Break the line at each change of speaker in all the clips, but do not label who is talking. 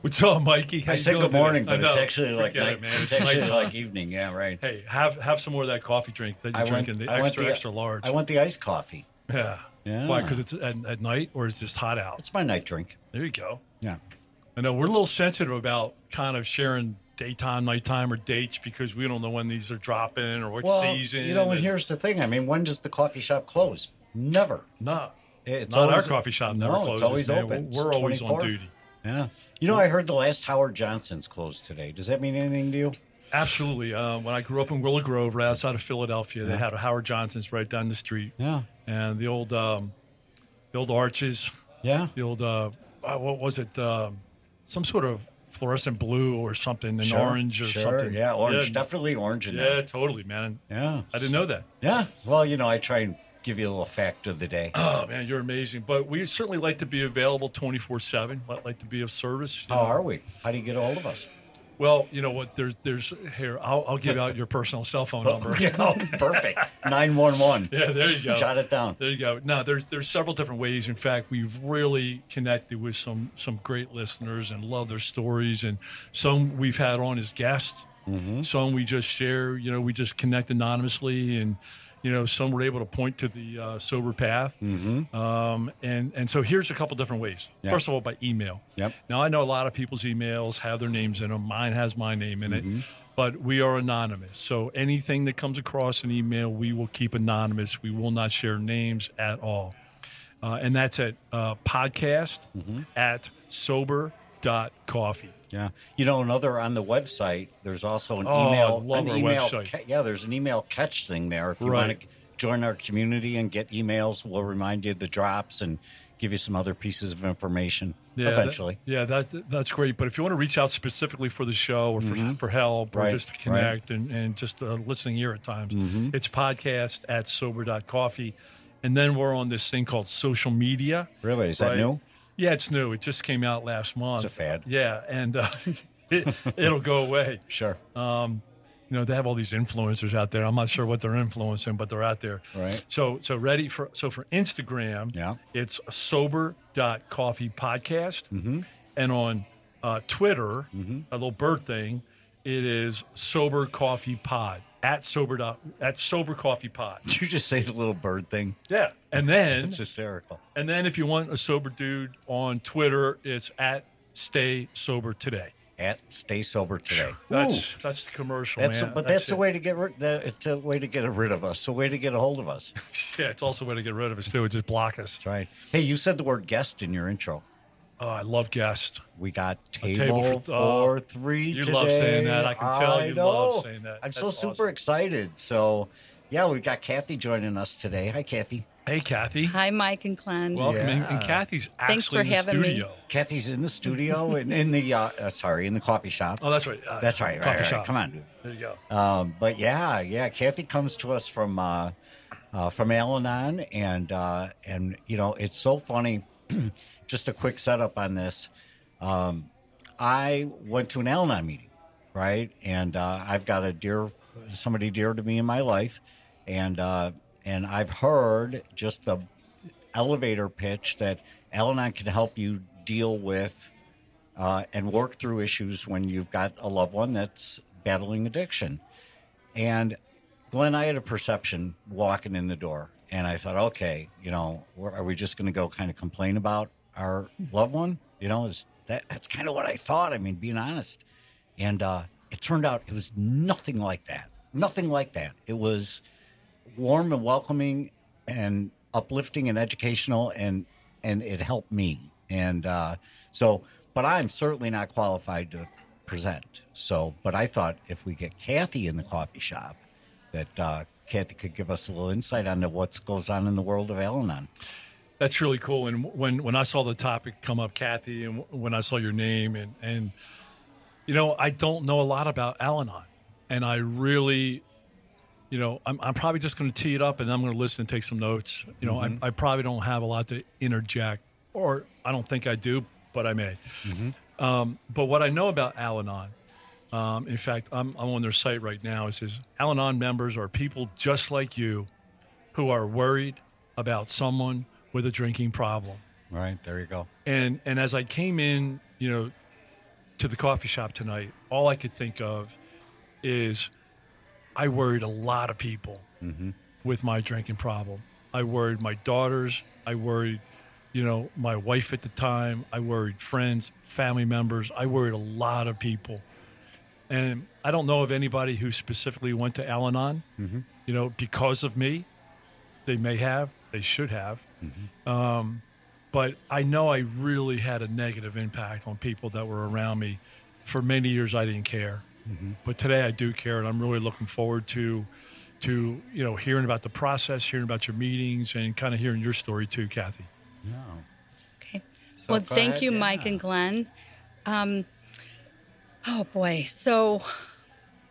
What's up, Mikey? How
I
you
said
doing
good
today?
morning,
I
but it's
know.
actually like
Forget
night,
it, man.
it's
It's
actually
nighttime.
like evening. Yeah, right.
Hey, have have some more of that coffee drink that you're drinking, the
I
extra extra large.
I want the iced coffee.
yeah.
Yeah.
Why? Because it's at, at night or it's just hot out.
It's my night drink.
There you go.
Yeah.
I know we're a little sensitive about kind of sharing daytime, nighttime, or dates because we don't know when these are dropping or what
Well,
season.
you know, and
and-
here's the thing. I mean, when does the coffee shop close? Never.
no,
It's
not
always-
our coffee shop. Never
no, It's
closes.
always
man.
open.
We're, we're
It's
always on
24.
duty.
Yeah. You know, I heard the last Howard Johnson's closed today. Does that mean anything to you?
Absolutely. Um, when I grew up in Willow Grove, right outside of Philadelphia,
Uh-huh.
they had a Howard Johnson's right down the street,
Yeah.
and the old um, the old arches.
Yeah.
the old uh, uh, what was it? Um, some sort of fluorescent blue or something, an
Sure.
orange or
sure.
something.
Yeah, orange.
Yeah,
Definitely orange in
yeah,
there.
totally, man.
Yeah.
I didn't know that.
Yeah. Well, you know, I try and give you a little fact of the day.
Oh man, you're amazing. But we certainly like to be available 24 seven. Like to be of service. you
How
know.
are we? How do you get a hold of us?
Well, you know what? There's there's here. I'll, I'll give out your personal cell phone number.
Yeah, oh, perfect. 911.
Yeah, there you go.
Jot it down.
There you go. No, there's there's several different ways. In fact, we've really connected with some some great listeners and love their stories, and some we've had on as guests. Some we just share. You know, we just connect anonymously, and you know, some were able to point to the uh, sober path. Um, and and so here's a couple different ways.
Yeah.
First of all, by email.
Yep.
Now I know a lot of people's emails have their names in them. Mine has my name in
Mm-hmm.
it, but we are anonymous. So anything that comes across an email, we will keep anonymous. We will not share names at all. Uh, and that's at uh, podcast
Mm-hmm.
at sober dot coffee.
Yeah. You know, another on the website, there's also an
Oh, I
email.
love
an
our
email
website.
ca- yeah, there's an email catch thing there. If you want
Right.
to join our community and get emails, we'll remind you of the drops and give you some other pieces of information
that-
eventually.
yeah, that that's great. But if you want to reach out specifically for the show or for, for help
Mm-hmm.
or
Right,
just to
right. Mm-hmm.
connect and, and just a listening ear at times, it's podcast at sober.coffee. And then we're on this thing called social media.
Really? Is that
right?
new?
Yeah, it's new. It just came out last month.
It's a fad.
Yeah, and uh, it, it'll go away
Sure.
you know they have all these influencers out there i'm not sure what they're influencing but they're out there
Right.
so so ready for so for instagram
Yeah.
it's sober.coffee podcast mm-hmm. and on uh, twitter
Mm-hmm.
a little bird thing it is sober coffee pod at sober dot, at sober coffee pod
Did you just say the little bird thing?
yeah and then
It's hysterical.
and then if you want a sober dude on twitter it's at stay sober today
At Stay Sober Today.
that's that's the commercial
That's
man.
but that's, the
it.
way to get rid. The, it's a way to get rid of us. A way to get a hold of us. That's
yeah it's also a way to get rid of us too just block us
right. Hey, you said the word guest in your intro.
Oh, I love guests.
We got table,
table for-
for,
oh,
three.
you love saying
today.
that. I can tell
I
you love
know.
saying that.
I'm
That's
so super
awesome.
excited. So, yeah, we've got Kathy joining us today. Hi, Kathy.
Hey, Kathy.
Hi, Mike and Glenn.
Welcome. And- And
Yeah.
Kathy's actually
Thanks for
in the
having me.
studio.
Kathy's in the studio and in the uh, uh, sorry in the coffee shop.
Oh, that's right. Uh,
That's right. right,
Coffee
right,
shop.
Come on.
There you go.
Um, but yeah, yeah, Kathy comes to us from uh, uh, from Al-Anon, and uh, and you know it's so funny. just a quick setup on this. Um, I went to an Al-Anon meeting, right? And uh, I've got a dear somebody dear to me in my life, and uh, and I've heard just the elevator pitch that Al-Anon can help you deal with uh, and work through issues when you've got a loved one that's battling addiction. And Glenn, I had a perception walking in the door, and I thought, okay, you know, where- are we just going to go kind of complain about our loved one? You know, is that that's kind of what I thought. I mean, being honest, and uh, it turned out it was nothing like that. Nothing like that. It was warm and welcoming and uplifting and educational and and it helped me and uh, so but i'm certainly not qualified to present so but i thought if we get kathy in the coffee shop that uh, kathy could give us a little insight on the what's goes on in the world of al-anon
That's really cool. And when when I saw the topic come up, Kathy, and when I saw your name, and and you know, I don't know a lot about Al-Anon, and I really, you know, I'm I'm probably just going to tee it up, and I'm going to listen and take some notes. You know, I, I probably don't have a lot to interject, or I don't think I do, but I may. Um, but what I know about Al-Anon um, in fact, I'm, I'm on their site right now. It says Al Anon members are people just like you who are worried about someone with a drinking problem.
Right there, you go.
And, and as I came in, you know, to the coffee shop tonight, all I could think of is I worried a lot of people with my drinking problem. I worried my daughters. I worried, you know, my wife at the time. I worried friends, family members. I worried a lot of people. And I don't know of anybody who specifically went to Al Anon, you know, because of me. They may have, they should have. Um, but I know I really had a negative impact on people that were around me. For many years, I didn't care. But today I do care, and I'm really looking forward to, to you know, hearing about the process, hearing about your meetings, and kind of hearing your story too, Kathy.
Okay. well,
go
thank
ahead,
you, Mike
yeah.
and Glenn. Um, oh boy, so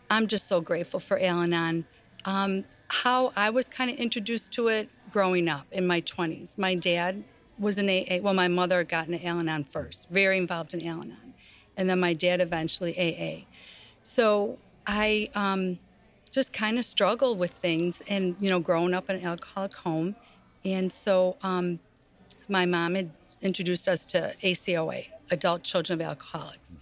I'm just so grateful for Al Anon. Um, how I was kind of introduced to it growing up in my 20s. My dad was an AA, well, my mother got into Al Anon first, very involved in Al Anon. And then my dad eventually AA. So I um, just kind of struggled with things and, you know, growing up in an alcoholic home. And so um, my mom had introduced us to ACOA, Adult Children of Alcoholics,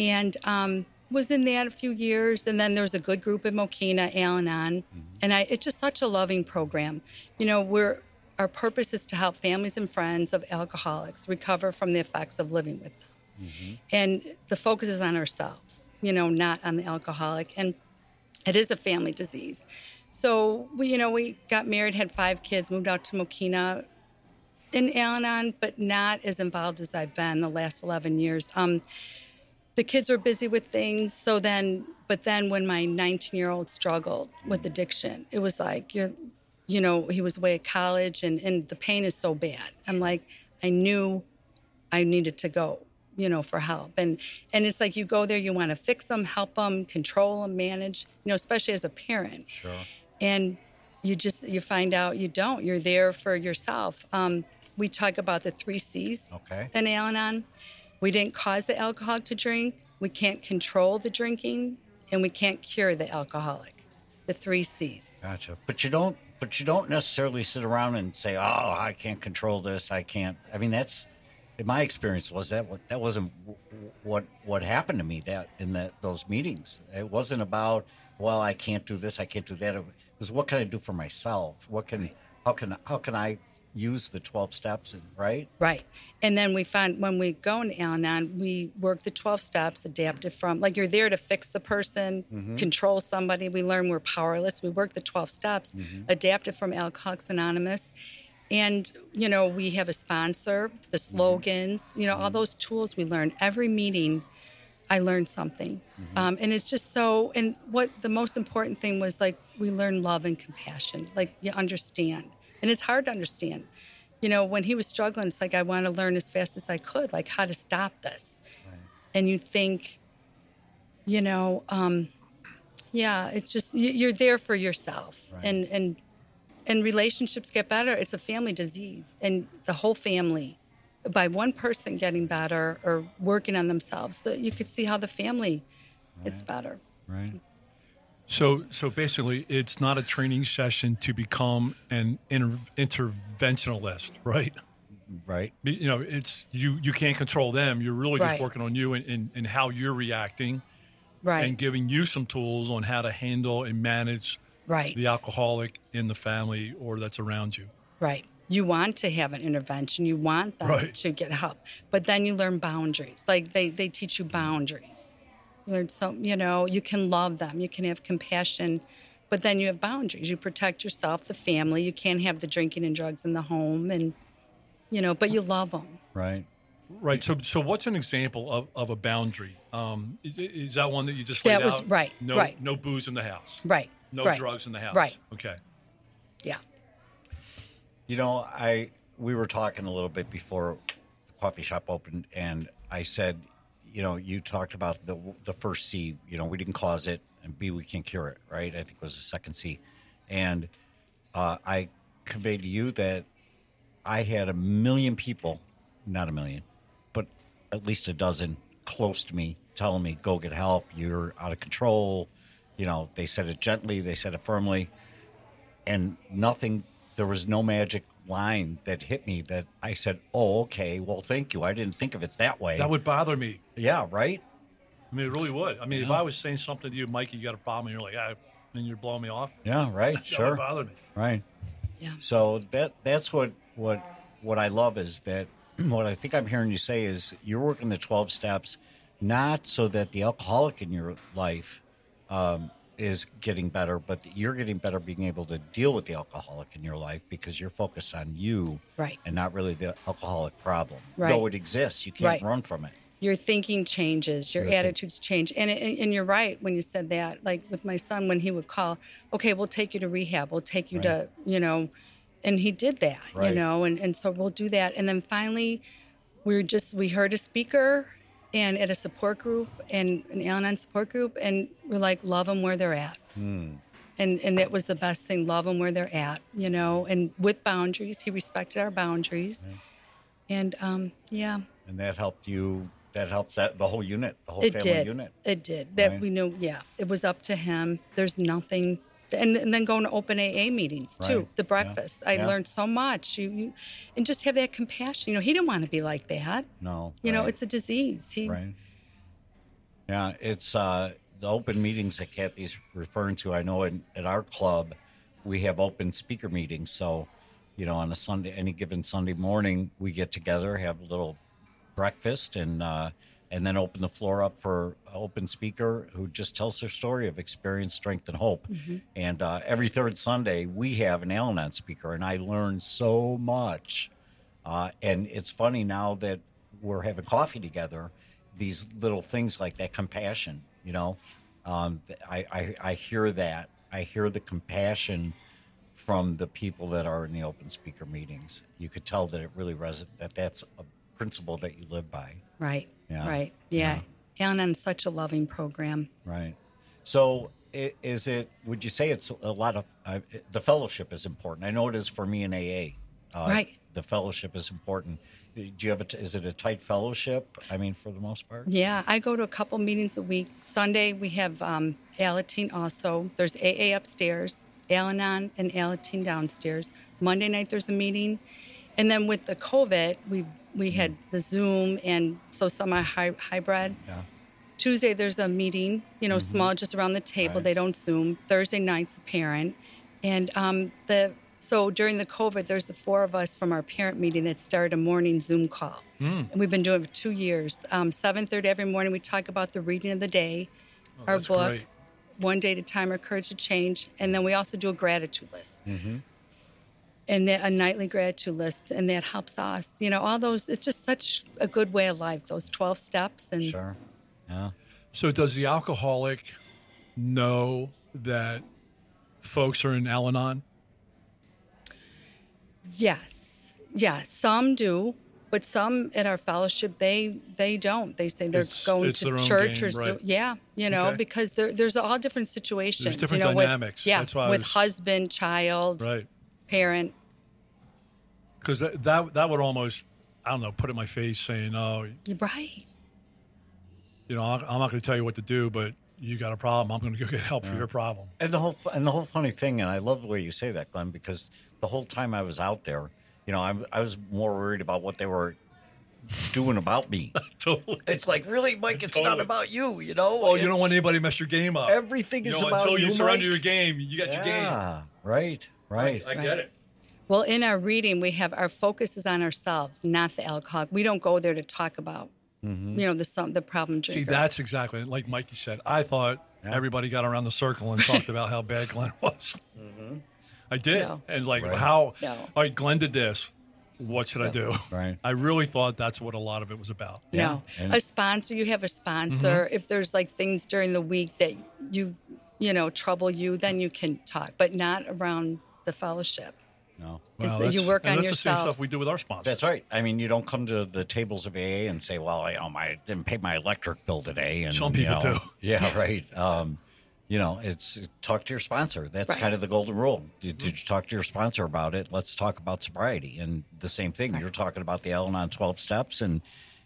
and um, was in that a few years. And then there was a good group in Mokina, Al Anon, and I, it's just such a loving program. You know, we're our purpose is to help families and friends of alcoholics recover from the effects of living with them and the focus is on ourselves you know not on the alcoholic and it is a family disease so we you know we got married had five kids moved out to mokina in al-anon but not as involved as i've been the last 11 years um, the kids were busy with things so then but then when my 19 year old struggled with addiction it was like you're you know he was away at college and and the pain is so bad i'm like i knew I needed to go, you know, for help. And and it's like you go there, you want to fix them, help them, control them, manage, you know, especially as a parent. Sure. And you just you find out you don't. You're there for yourself. Um, we talk about the three C's
Okay.
in Al-Anon. We didn't cause the alcoholic to drink. We can't control the drinking, and we can't cure the alcoholic. The three C's.
Gotcha. But you don't. But you don't necessarily sit around and say, "Oh, I can't control this. I can't." I mean, that's in my experience was that what that wasn't w- w- what what happened to me that in that those meetings. It wasn't about, "Well, I can't do this. I can't do that." It was, "What can I do for myself? What can how can how can I use the twelve steps?" And right.
Right. And then we find when we go into Al Anon, we work the 12 steps adapted from, like you're there to fix the person, control somebody. We learn we're powerless. We work the 12 steps adapted from Alcoholics Anonymous. And, you know, we have a sponsor, the slogans, you know, all those tools we learn. Every meeting, I learned something. Um, and it's just so, and what the most important thing was like, we learn love and compassion. Like, you understand. And it's hard to understand. You know, when he was struggling, it's like, I want to learn as fast as I could, like, how to stop this. And you think, you know, um, yeah, it's just, you- you're there for yourself. And, and, and relationships get better. It's a family disease, and the whole family, by one person getting better or working on themselves, the, you could see how the family gets better.
Right.
So, so basically, it's not a training session to become an inter- interventionalist, right?
Right.
You know, it's you. You can't control them. You're really just
Right.
working on you and, and, and how you're reacting,
Right.
and giving you some tools on how to handle and manage
right.
the alcoholic in the family or that's around you.
Right. You want to have an intervention. You want them
Right.
to get help. But then you learn boundaries. Like they, they teach you boundaries. You learn so you know, you can love them, you can have compassion, but then you have boundaries. You protect yourself, the family. You can't have the drinking and drugs in the home and you know, but you love them.
Right.
Right. So, so what's an example of, of a boundary? Um, is, is that one that you just
That
laid
was-
out?
right,
No,
right.
no booze in the house.
Right.
No
right.
drugs in the house.
Right.
Okay.
Yeah.
You know, I we were talking a little bit before the coffee shop opened, and I said, you know, you talked about the the first C. You know, we didn't cause it, and B, we can cure it, right? I think was the second C, and uh, I conveyed to you that I had a million people, not a million, but at least a dozen close to me telling me, go get help. You're out of control. You know, they said it gently, they said it firmly. And nothing, there was no magic line that hit me that I said, oh, okay, well, thank you. I didn't think of it that way.
That would bother me.
yeah, right?
I mean, it really would. I mean, if I was saying something to you, Mikey, you got a problem, and you're like, ah, and you're blowing me off,
Yeah, right.
that
Sure.
would bother me.
Right.
Yeah.
So that that's what what what I love is that what I think I'm hearing you say is you're working the 12 steps, not so that the alcoholic in your life um, is getting better, but that you're getting better being able to deal with the alcoholic in your life because you're focused on you
Right.
and not really the alcoholic problem.
Right.
Though it exists, you can't
Right.
run from it.
your thinking changes, your
Your think-
attitudes change. And, and and you're right when you said that. Like with my son, when he would call, okay, we'll take you to rehab, we'll take you to, you know, and he did that,
Right.
you know, and, and so we'll do that. And then finally, we were just, we heard a speaker and at a support group and an Al Anon support group, and we're like, love them where they're at. And, and that was the best thing, love them where they're at, you know, and with boundaries. He respected our boundaries. And um, yeah,
And that helped you. That helped that the whole unit, the whole
it
family
did.
unit.
It did. That
Right.
we knew. Yeah, it was up to him. There's nothing. And, and then going to open AA meetings too.
Right.
The breakfast. I
Yeah.
learned so much. You, you, and just have that compassion. You know, he didn't want to be like that.
No.
You know,
right.
it's a disease. He.
Right. Yeah, it's uh, the open meetings that Kathy's referring to. I know in, at our club, we have open speaker meetings. So, you know, on a Sunday, any given Sunday morning, we get together, have a little breakfast, and uh, and then open the floor up for an open speaker who just tells their story of experience, strength, and hope. And uh, every third Sunday, we have an Al-Anon speaker, and I learn so much. Uh, and it's funny now that we're having coffee together, these little things like that compassion, you know, um, th- I, I, I hear that. I hear the compassion from the people that are in the open speaker meetings. You could tell that it really res- that that's a principle that you live by.
Right.
Yeah.
Right. Yeah. Alan on such a loving program.
Right. So i- is it, would you say it's a lot of, uh, the fellowship is important. I know it is for me in AA. Uh,
Right.
The fellowship is important. Do you have a, t- is it a tight fellowship? I mean, for the most part?
Yeah, I go to a couple meetings a week. Sunday we have um, Alateen also. There's AA upstairs, Al-Anon and Alateen downstairs. Monday night there's a meeting, and then with the COVID, we we had the Zoom and so some are hy- hybrid.
Yeah.
Tuesday there's a meeting, you know, small, just around the table.
Right.
They don't Zoom. Thursday night's a parent, and um, the so during the COVID, there's the four of us from our parent meeting that started a morning Zoom call, and we've been doing it for two years. Um, Seven thirty every morning, we talk about the reading of the day, our
that's
book,
great.
One Day at a Time, or Courage to Change, and then we also do a gratitude list and that a nightly gratitude list, and that helps us. You know, all those. It's just such a good way of life. Those twelve steps, and
Sure. Yeah.
So, does the alcoholic know that folks are in Al Anon?
Yes, yes. Some do, but some at our fellowship they they don't. They say they're
It's-
going
it's
to
their own
church
game,
or so-
right.
yeah, you know,
Okay.
because there, there's all different situations.
different
you know,
dynamics.
With, yeah,
That's why I
with
was-
husband, child,
Right.
parent.
Because that, that, that would almost, I don't know, put in my face saying, oh,
Right.
you know, I'm not going to tell you what to do, but you got a problem. I'm going to go get help for your problem.
And the whole and the whole funny thing, and I love the way you say that, Glenn, because the whole time I was out there, you know, I, I was more worried about what they were doing about me.
Totally.
It's like, really, Mike, it's not
Totally.
about you, you know.
Oh, you don't
It's-
want anybody to mess your game up.
Everything
You
is
know,
about
until you
you,
surrender
Mike.
your game, you got your
Yeah. Right. Right.
game. I get it.
Well, in our reading, we have our focus is on ourselves, not the alcoholic. We don't go there to talk about, you know, the some the problem drinker.
Mm-hmm. See, that's exactly like Mikey said. I thought everybody got around the circle and talked about how bad Glenn was. I did,
No.
and like
Mm-hmm. Right.
how.
No.
All right, Glenn did this. What should I do?
Right.
I really thought that's what a lot of it was about.
No,
Yeah, and-
a sponsor. You have a sponsor.
Mm-hmm.
If there's like things during the week that you, you know, trouble you, then you can talk, but not around the fellowship.
No.
Wow,
is that
that's-
you work
and
on
that's the same
yourself.
stuff we do with our sponsors.
That's right. I mean, you don't come to the tables of AA and say, "Well, I, you know, my, I didn't pay my electric bill today." And
Some
you
people
know,
do.
Yeah, right. Um, you know, it's talk to your sponsor. That's
Right.
kind of the golden rule. Did, did you talk to your sponsor about it? Let's talk about sobriety. And the same thing. You're talking about the Al-Anon 12 steps, and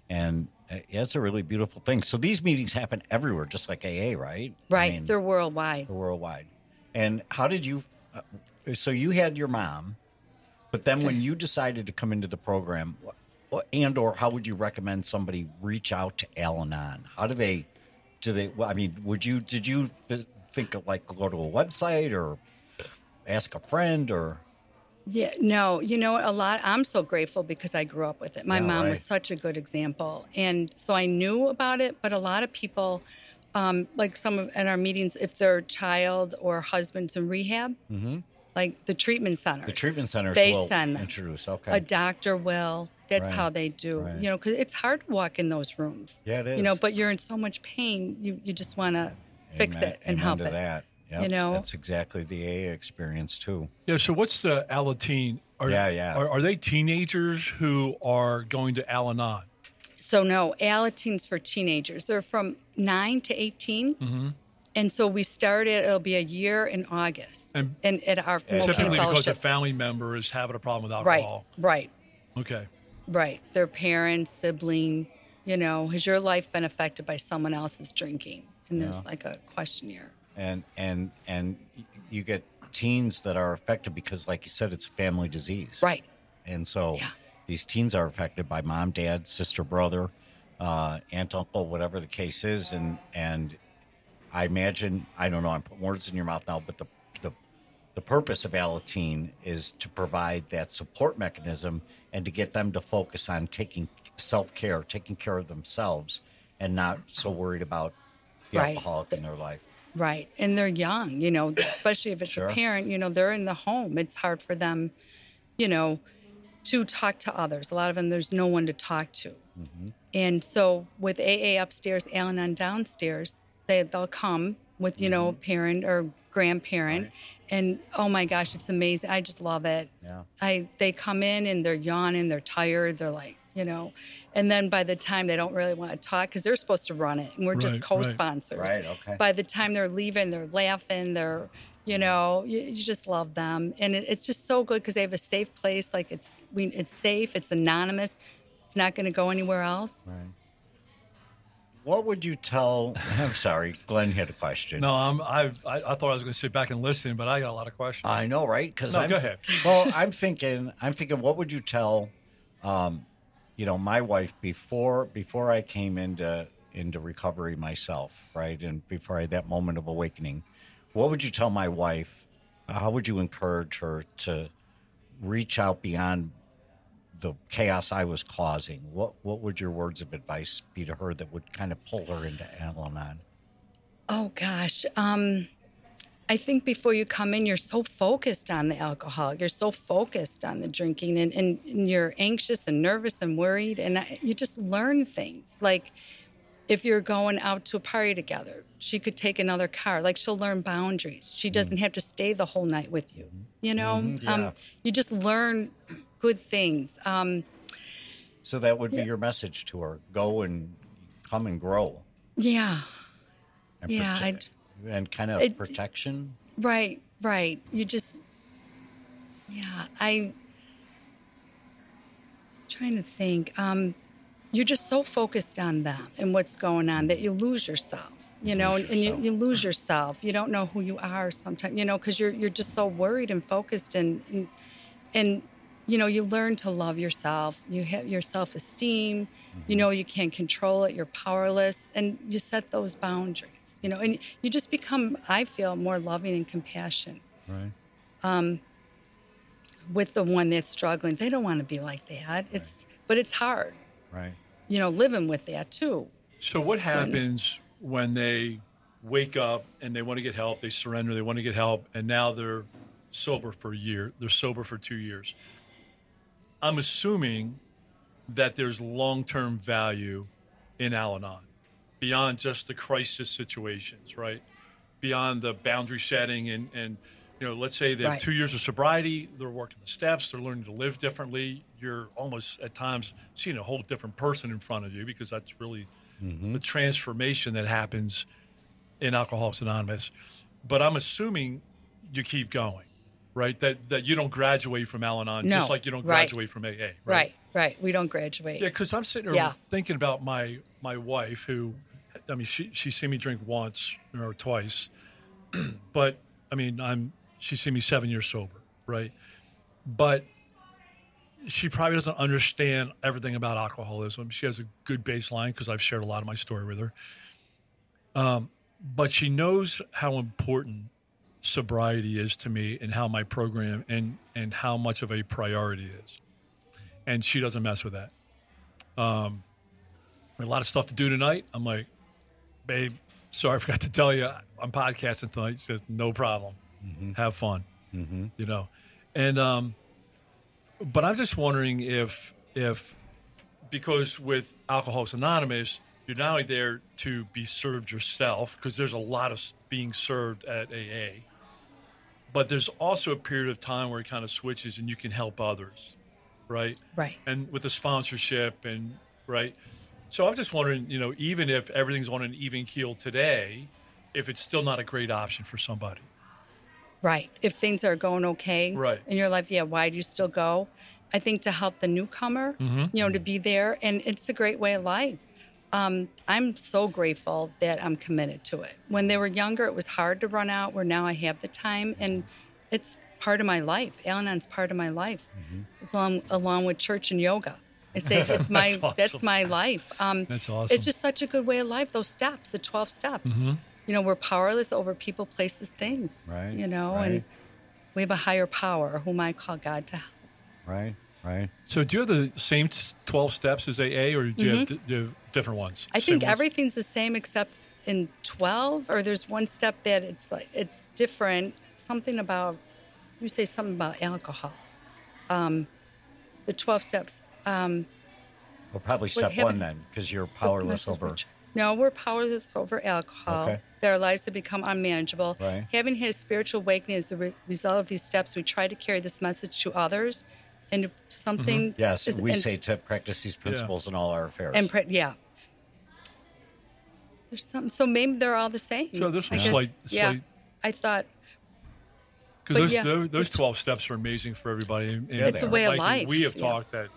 and uh, yeah, it's a really beautiful thing. So these meetings happen everywhere, just like AA, right? I
Right.
mean,
They're worldwide.
or worldwide. And how did you? Uh, so you had your mom, but then when you decided to come into the program, wh- wh- and or how would you recommend somebody reach out to Al-Anon? How do they? Do they? Well, I mean, would you? Did you th- think of like go to a website or ask a friend or?
Yeah, no, you know, a lot. I'm so grateful because I grew up with it. My
Yeah,
mom was
right.
such a good example. And so I knew about it, but a lot of people, um, like some of in our meetings, if their child or husband's in rehab,
Mm-hmm.
like the treatment center,
The treatment centers
They
will
send them.
introduce. Okay.
a doctor will. That's
Right,
how they do,
right.
you know, because it's hard to walk in those rooms.
Yeah, it
You know,
is.
but you're in so much pain, you, you just want to fix
Amen-
it and
amen
help
to
it.
That. Yep,
you know?
that's exactly the AA experience too.
Yeah. So what's the Alateen? Are,
Yeah, yeah.
Are, are they teenagers who are going to Al-Anon?
So no, Alateens for teenagers. They're from nine to 18
Mm-hmm.
and so we started. It'll be a year in August,
And-
and, at our
Typically
Mocaine
because a
Fellowship.
family member is having a problem with
right,
alcohol.
right,
Okay.
right. Their parents, sibling. You know, has your life been affected by someone else's drinking? And there's like a questionnaire.
and and and y- you get teens that are affected because like you said it's a family disease
Right.
and so
Yeah.
these teens are affected by mom dad sister brother uh, aunt uncle whatever the case is and and i imagine i don't know i'm putting words in your mouth now but the the, the purpose of Alateen is to provide that support mechanism and to get them to focus on taking self-care taking care of themselves and not so worried about the
Right.
alcoholic in their life
Right. And they're young, you know, especially if it's
Sure.
a parent, you know, they're in the home. It's hard for them, you know, to talk to others. A lot of them, there's no one to talk to. And so with AA upstairs, Al Anon downstairs, they, they'll come with, you know, parent or grandparent. And oh my gosh, it's amazing. I just love it.
Yeah.
I They come in and they're yawning, they're tired, they're like, you know, and then by the time they don't really want to talk because they're supposed to run it and we're
Right,
just
right.
co sponsors.
Right, okay.
By the time they're leaving, they're laughing, they're, you know, you, you just love them. And it, it's just so good because they have a safe place. Like it's, we, it's safe, it's anonymous, it's not going to go anywhere else.
What would you tell? I'm sorry, Glenn had a question.
No, I'm, I, I I thought I was going to sit back and listen, but I got a lot of questions.
I know, right? Because
No,
I'm,
go ahead.
Well, I'm thinking, I'm thinking, what would you tell, um, you know, my wife before before I came into into recovery myself, right, and before I had that moment of awakening, what would you tell my wife? How would you encourage her to reach out beyond the chaos I was causing? What What would your words of advice be to her that would kind of pull her into Al-Anon?
Oh gosh. Um I think before you come in, you're so focused on the alcohol. You're so focused on the drinking and, and, and you're anxious and nervous and worried. And I, you just learn things. Like if you're going out to a party together, she could take another car. Like she'll learn boundaries. She doesn't have to stay the whole night with you. You know,
Mm-hmm. yeah.
um, you just learn good things. Um,
So that would be your message to her: go and come and grow,
yeah.
and
Yeah,
prote-
I'd-
and kind of
It-
protection.
Right, right. You just, yeah. I trying to think. Um, you're just so focused on them and what's going on that you lose yourself. You know, and, and you, you lose yourself. You don't know who you are sometimes. You know, because you're you're just so worried and focused and and, and you know you learn to love yourself. You have your self esteem. You know you can't control it. You're powerless, and you set those boundaries. You know, and you just become, I feel, more loving and compassionate
Right.
with the one that's struggling. They don't want to be like that. It's but it's hard,
Right.
you know, living with that too.
So what happens when they wake up and they want to get help? They surrender. They want to get help, and now they're sober for a year. They're sober for two years. I'm assuming that there's long-term value in Al-Anon beyond just the crisis situations, right? Beyond the boundary setting and and you know, let's say they have
Right.
two years of sobriety, they're working the steps, they're learning to live differently. You're almost at times seeing a whole different person in front of you because that's really
Mm-hmm.
the transformation that happens in Alcoholics Anonymous. But I'm assuming you keep going, right? That that you don't graduate from Al Anon,
No.
just like you don't
Right.
graduate from AA, right?
Right, right. We don't graduate.
Yeah, because I'm sitting here
Yeah.
thinking about my my wife, who, I mean, she she's seen me drink once or twice, but I mean, I'm she's seen me seven years sober, right? But she probably doesn't understand everything about alcoholism. She has a good baseline because I've shared a lot of my story with her. Um, but she knows how important sobriety is to me and how my program and and how much of a priority it is. And she doesn't mess with that a lot of stuff to do tonight. I'm like, babe, sorry, I forgot to tell you, I'm podcasting tonight. She says, no problem. Have fun. You know, and um, but I'm just wondering if if because with Alcoholics Anonymous, you're not only there to be served yourself because there's a lot of s- being served at AA, but there's also a period of time where it kind of switches and you can help others, right?
Right.
and with the sponsorship and right so i'm just wondering you know even if everything's on an even keel today if it's still not a great option for somebody
Right. If things are going okay
Right.
in your life, yeah, why do you still go? I think to help the newcomer,
Mm-hmm.
you know, to be there. And it's a great way of life. Um, I'm so grateful that I'm committed to it. When they were younger, it was hard to run out, where now I have the time. And it's part of my life. Al Anon's part of my life,
Mm-hmm.
along, along with church and yoga. I say it's my,
That's awesome.
that's my life. Um,
That's
It's
awesome. Mm-hmm.
just such a good way of life, those steps, the 12 steps. You know, we're powerless over people, places, things.
Right,
You know,
right.
and we have a higher power, whom I call God to help.
Right, right.
so do you have the same s- 12 steps as aa or do you, have, di- do you have different ones
Mm-hmm. I
Same
think
ones?
everything's the same except in 12, or there's one step that it's like, it's different. Something about, you say something about alcohol. Um, the 12 steps. Um,
Well, probably
What
step one
happened-
then, because you're powerless
Message
over.
which- No, we're powerless over alcohol.
Okay.
Their lives have become unmanageable.
Right.
Having had a spiritual awakening as a re- result of these steps, we try to carry this message to others, and to something.
Mm-hmm. Yes,
is-
we
and-
say to practice these principles in all our affairs.
And pre- yeah. There's something. So maybe they're all the same.
So there's
I
some
guess-
slight-
Yeah.
slight-
I thought
because
but
those,
yeah,
those, those
there's-
12 steps are amazing for everybody and, and
It's a
way of
like
life,
we have
yeah.
talked that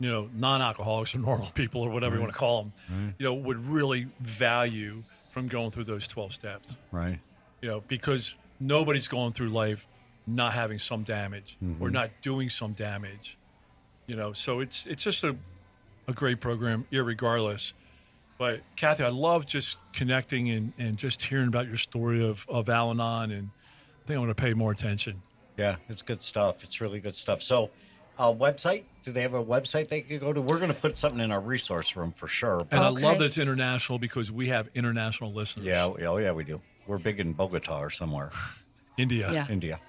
you know non-alcoholics or normal people or whatever you want to call them you know would really value from going through those 12 steps
right.
you know, because nobody's going through life not having some damage or not doing some damage, you know. So it's it's just a a great program, irregardless. But Kathy, I love just connecting and, and just hearing about your story of of Al Anon, and I think I'm going to pay more attention.
Yeah, it's good stuff. It's really good stuff. So, uh, website? Do they have a website they could go to? We're going to put something in our resource room for sure.
And I love
Okay.
that it's international because we have international listeners.
Yeah, we- oh yeah, we do. We're big in Bogota or somewhere,
India.
Yeah.
India.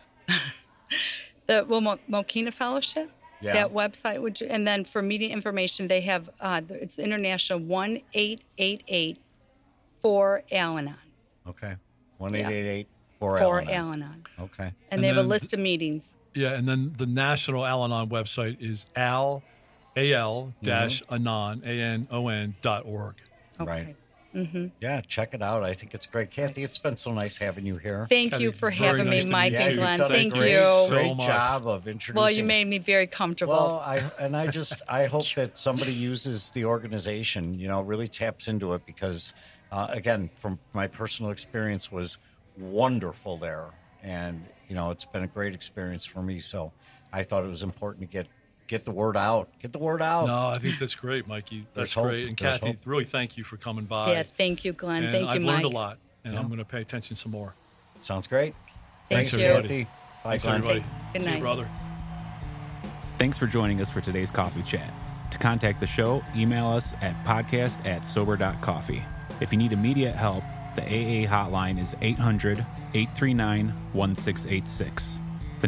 the well, Mo- Mokina Fellowship.
Yeah.
That website would, you, and then for meeting information, they have uh, the- it's international one eight eight eight for Al-Anon
Okay, one eight eight eight four
for
Allen.
Al-Anon,
Okay,
and they have a
then-
list of meetings.
Yeah, and then the national Al Anon website is al al dash anon a n o n dot org.
Okay.
right.
Mm-hmm.
Yeah, check it out. I think it's great, Kathy. It's been so nice having you here.
Thank
Kathy,
you for
very
having
nice
me,
to
Mike
meet
yeah,
and
you.
Glenn.
you've done
Thank
a great,
you.
So
Great
much.
job of introducing.
Well, you made me very comfortable.
Well, I and I just I hope that somebody uses the organization, you know, really taps into it because, uh, again, from my personal experience, was wonderful there, and you know, it's been a great experience for me. So, I thought it was important to get get the word out, get the word out.
No, I think that's great, Mikey.
Oh. There's
That's
hope.
great. And
There's
Kathy,
hope.
really thank you for coming by.
yeah, thank you, Glenn.
and
thank you,
I've
Mike.
learned a lot, and I'm going to pay attention some more.
Sounds great.
Thank
Thanks,
you.
Kathy. Bye,
Thanks,
Glenn.
everybody.
Thanks. Good
See you,
night.
brother.
Thanks for joining us for today's coffee chat. To contact the show, email us at podcast at sober.coffee. If you need immediate help, the AA hotline is 800 839 1686. The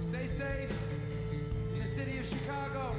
Stay safe in the city of Chicago.